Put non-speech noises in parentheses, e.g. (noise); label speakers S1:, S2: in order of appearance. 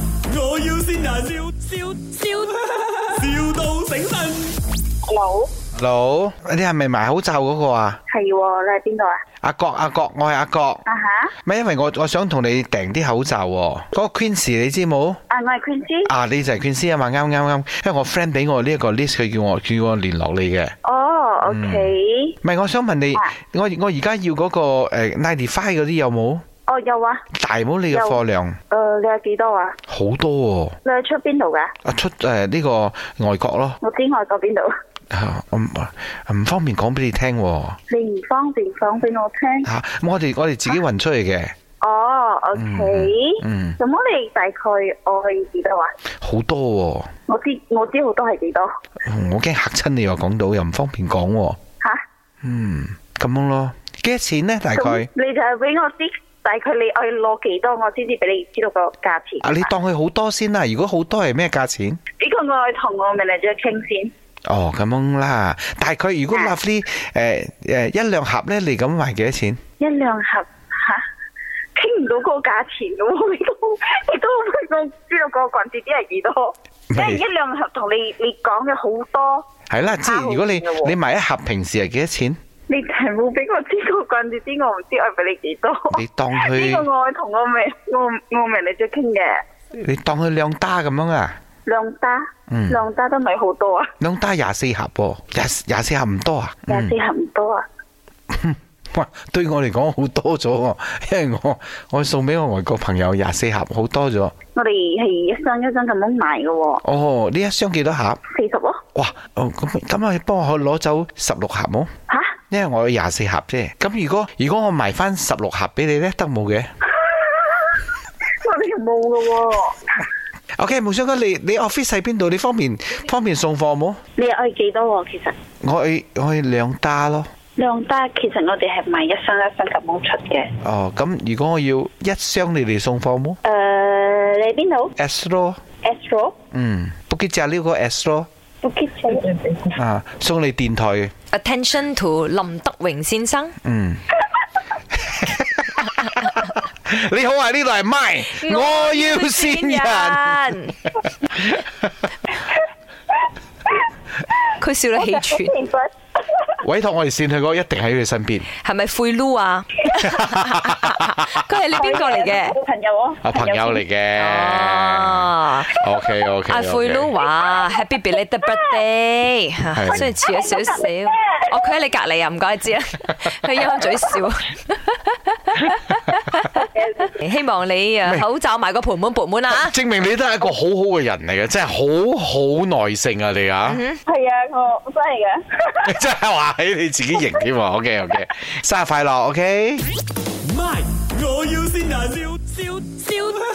S1: 要先人，笑笑笑，, (laughs) 笑到醒神。
S2: Hello，
S3: 佬，你係咪賣口罩嗰個啊？
S2: 係喎，你係邊個啊？
S3: 阿國阿國，我係阿國。
S2: 啊哈，
S3: 咪因為我我想同你訂啲口罩喎、嗰、個 Quincy 你知冇？
S2: 啊我係 Quincy，
S3: 啊，你就係 Quincy 啊嘛，啱啱啱。因為我 friend 俾我呢一個 list，佢叫我叫我聯絡你嘅。
S2: 哦，OK，
S3: 嗯唔係，我想問你
S2: 啊，
S3: 我我而家要嗰、個誒 ninety five 嗰啲有冇？
S2: 哦有啊，
S3: 大冇你嘅
S2: 有
S3: 貨量
S2: 誒你係幾多啊？
S3: 好多喎、
S2: 你係出邊度噶？
S3: 啊出誒呢、個外國咯，
S2: 我知外國邊度， (laughs)
S3: 啊我唔唔方便講俾你聽喎、啊
S2: 你唔方便講俾我聽。
S3: 咁我哋我哋自己運出去嘅，
S2: 哦，OK，
S3: 嗯，
S2: 咁我哋大概我去幾多啊？
S3: 好多喎、
S2: 我知我知好多係幾多
S3: 嗯我驚嚇親你又講到又唔方便講喎、
S2: 吓？
S3: 嗯，咁樣咯，幾多錢呢？大
S2: 咁
S3: 概
S2: 你就係俾我知大概你我要攞幾多，我先至俾你知道個價錢。
S3: 啊，你當佢好多先啦。如果好多係咩價錢？
S2: 呢個我係同我 manager 傾先。
S3: 哦，咁樣啦。但係佢如果
S2: 啊
S3: lovely 誒誒呃一兩盒呢，你咁賣幾多錢？
S2: 一兩盒吓，傾唔到嗰個價錢嘅喎，你都 (laughs) 你都唔知道個棍子啲係幾多，即係
S3: 未
S2: 一兩盒同你你講嘅好多，
S3: 係啦，即
S2: 啊差好
S3: 係如果你
S2: 遠嘅喎
S3: 你賣一盒平時係幾多錢？
S2: 你係冇俾我知個棍子啲，我唔知我俾你幾多。
S3: 你當
S2: 呢個
S3: 佢
S2: 我係同我明我我明你最傾嘅，
S3: 你當佢兩打咁樣啊？
S2: 兩打
S3: 嗯
S2: 兩打都唔係好多啊，
S3: 兩打廿四盒喎，廿廿四盒唔多啊？
S2: 廿
S3: 嗯
S2: 四盒唔多啊。
S3: 哇，對我嚟講好多咗喎， (laughs) 因為我我送俾我外國朋友廿四盒好多咗。
S2: 我哋係一箱一箱咁樣賣嘅喎，
S3: 哦，呢一箱幾多盒？
S2: 四十咯
S3: 哇！哦，咁咁啊，你幫我攞走十六盒冇？
S2: 吓，
S3: 因為我有廿四盒啫。咁如果如果我賣翻十六盒俾你呢，得冇嘅
S2: 我哋又冇嘅喎。
S3: ？OK，無想哥，你你 office 喺邊度？你方便方便送貨冇？
S2: 你愛幾多喎？其實
S3: 我去我去兩打咯。
S2: 兩打其實我哋係賣一箱一箱咁樣出嘅。
S3: 哦，咁如果我要一箱，你哋送貨冇
S2: 誒、你邊度
S3: ？S 咯，
S2: ？Astro
S3: 嗯，book 只呢個 S 咯，
S2: Bukit
S3: 啊，送你電台嘅， (laughs)
S4: Attention to 林德榮先生，
S3: 嗯。你好啊，呢度係 My，我要線人。
S4: 人。佢笑你氣喘，
S3: 委託我哋線佢嗰個一定喺佢身邊。
S4: 係咪灰擼啊？ (laughs) 佢係你邊個嚟嘅？
S2: 朋友啊，
S3: 啊，朋友嚟嘅。
S4: 哦，
S3: OK OK。
S4: 阿灰擼話 Happy belated birthday，
S3: 係
S4: 雖然遲咗少少。哦，佢喺你隔離啊，唔該知啦。佢陰陰嘴笑，希望你啊口罩埋個盆滿缽滿啦啊！
S3: 證明你都係一個好好嘅人嚟嘅，真係好好耐性啊你
S4: 嗯
S3: 啊，
S2: 係啊，我真係嘅。
S3: 你 (laughs) 真係話喺你自己型添啊喎。OK OK，生日快樂，OK。
S1: (laughs) 咪，我要先人，笑笑笑，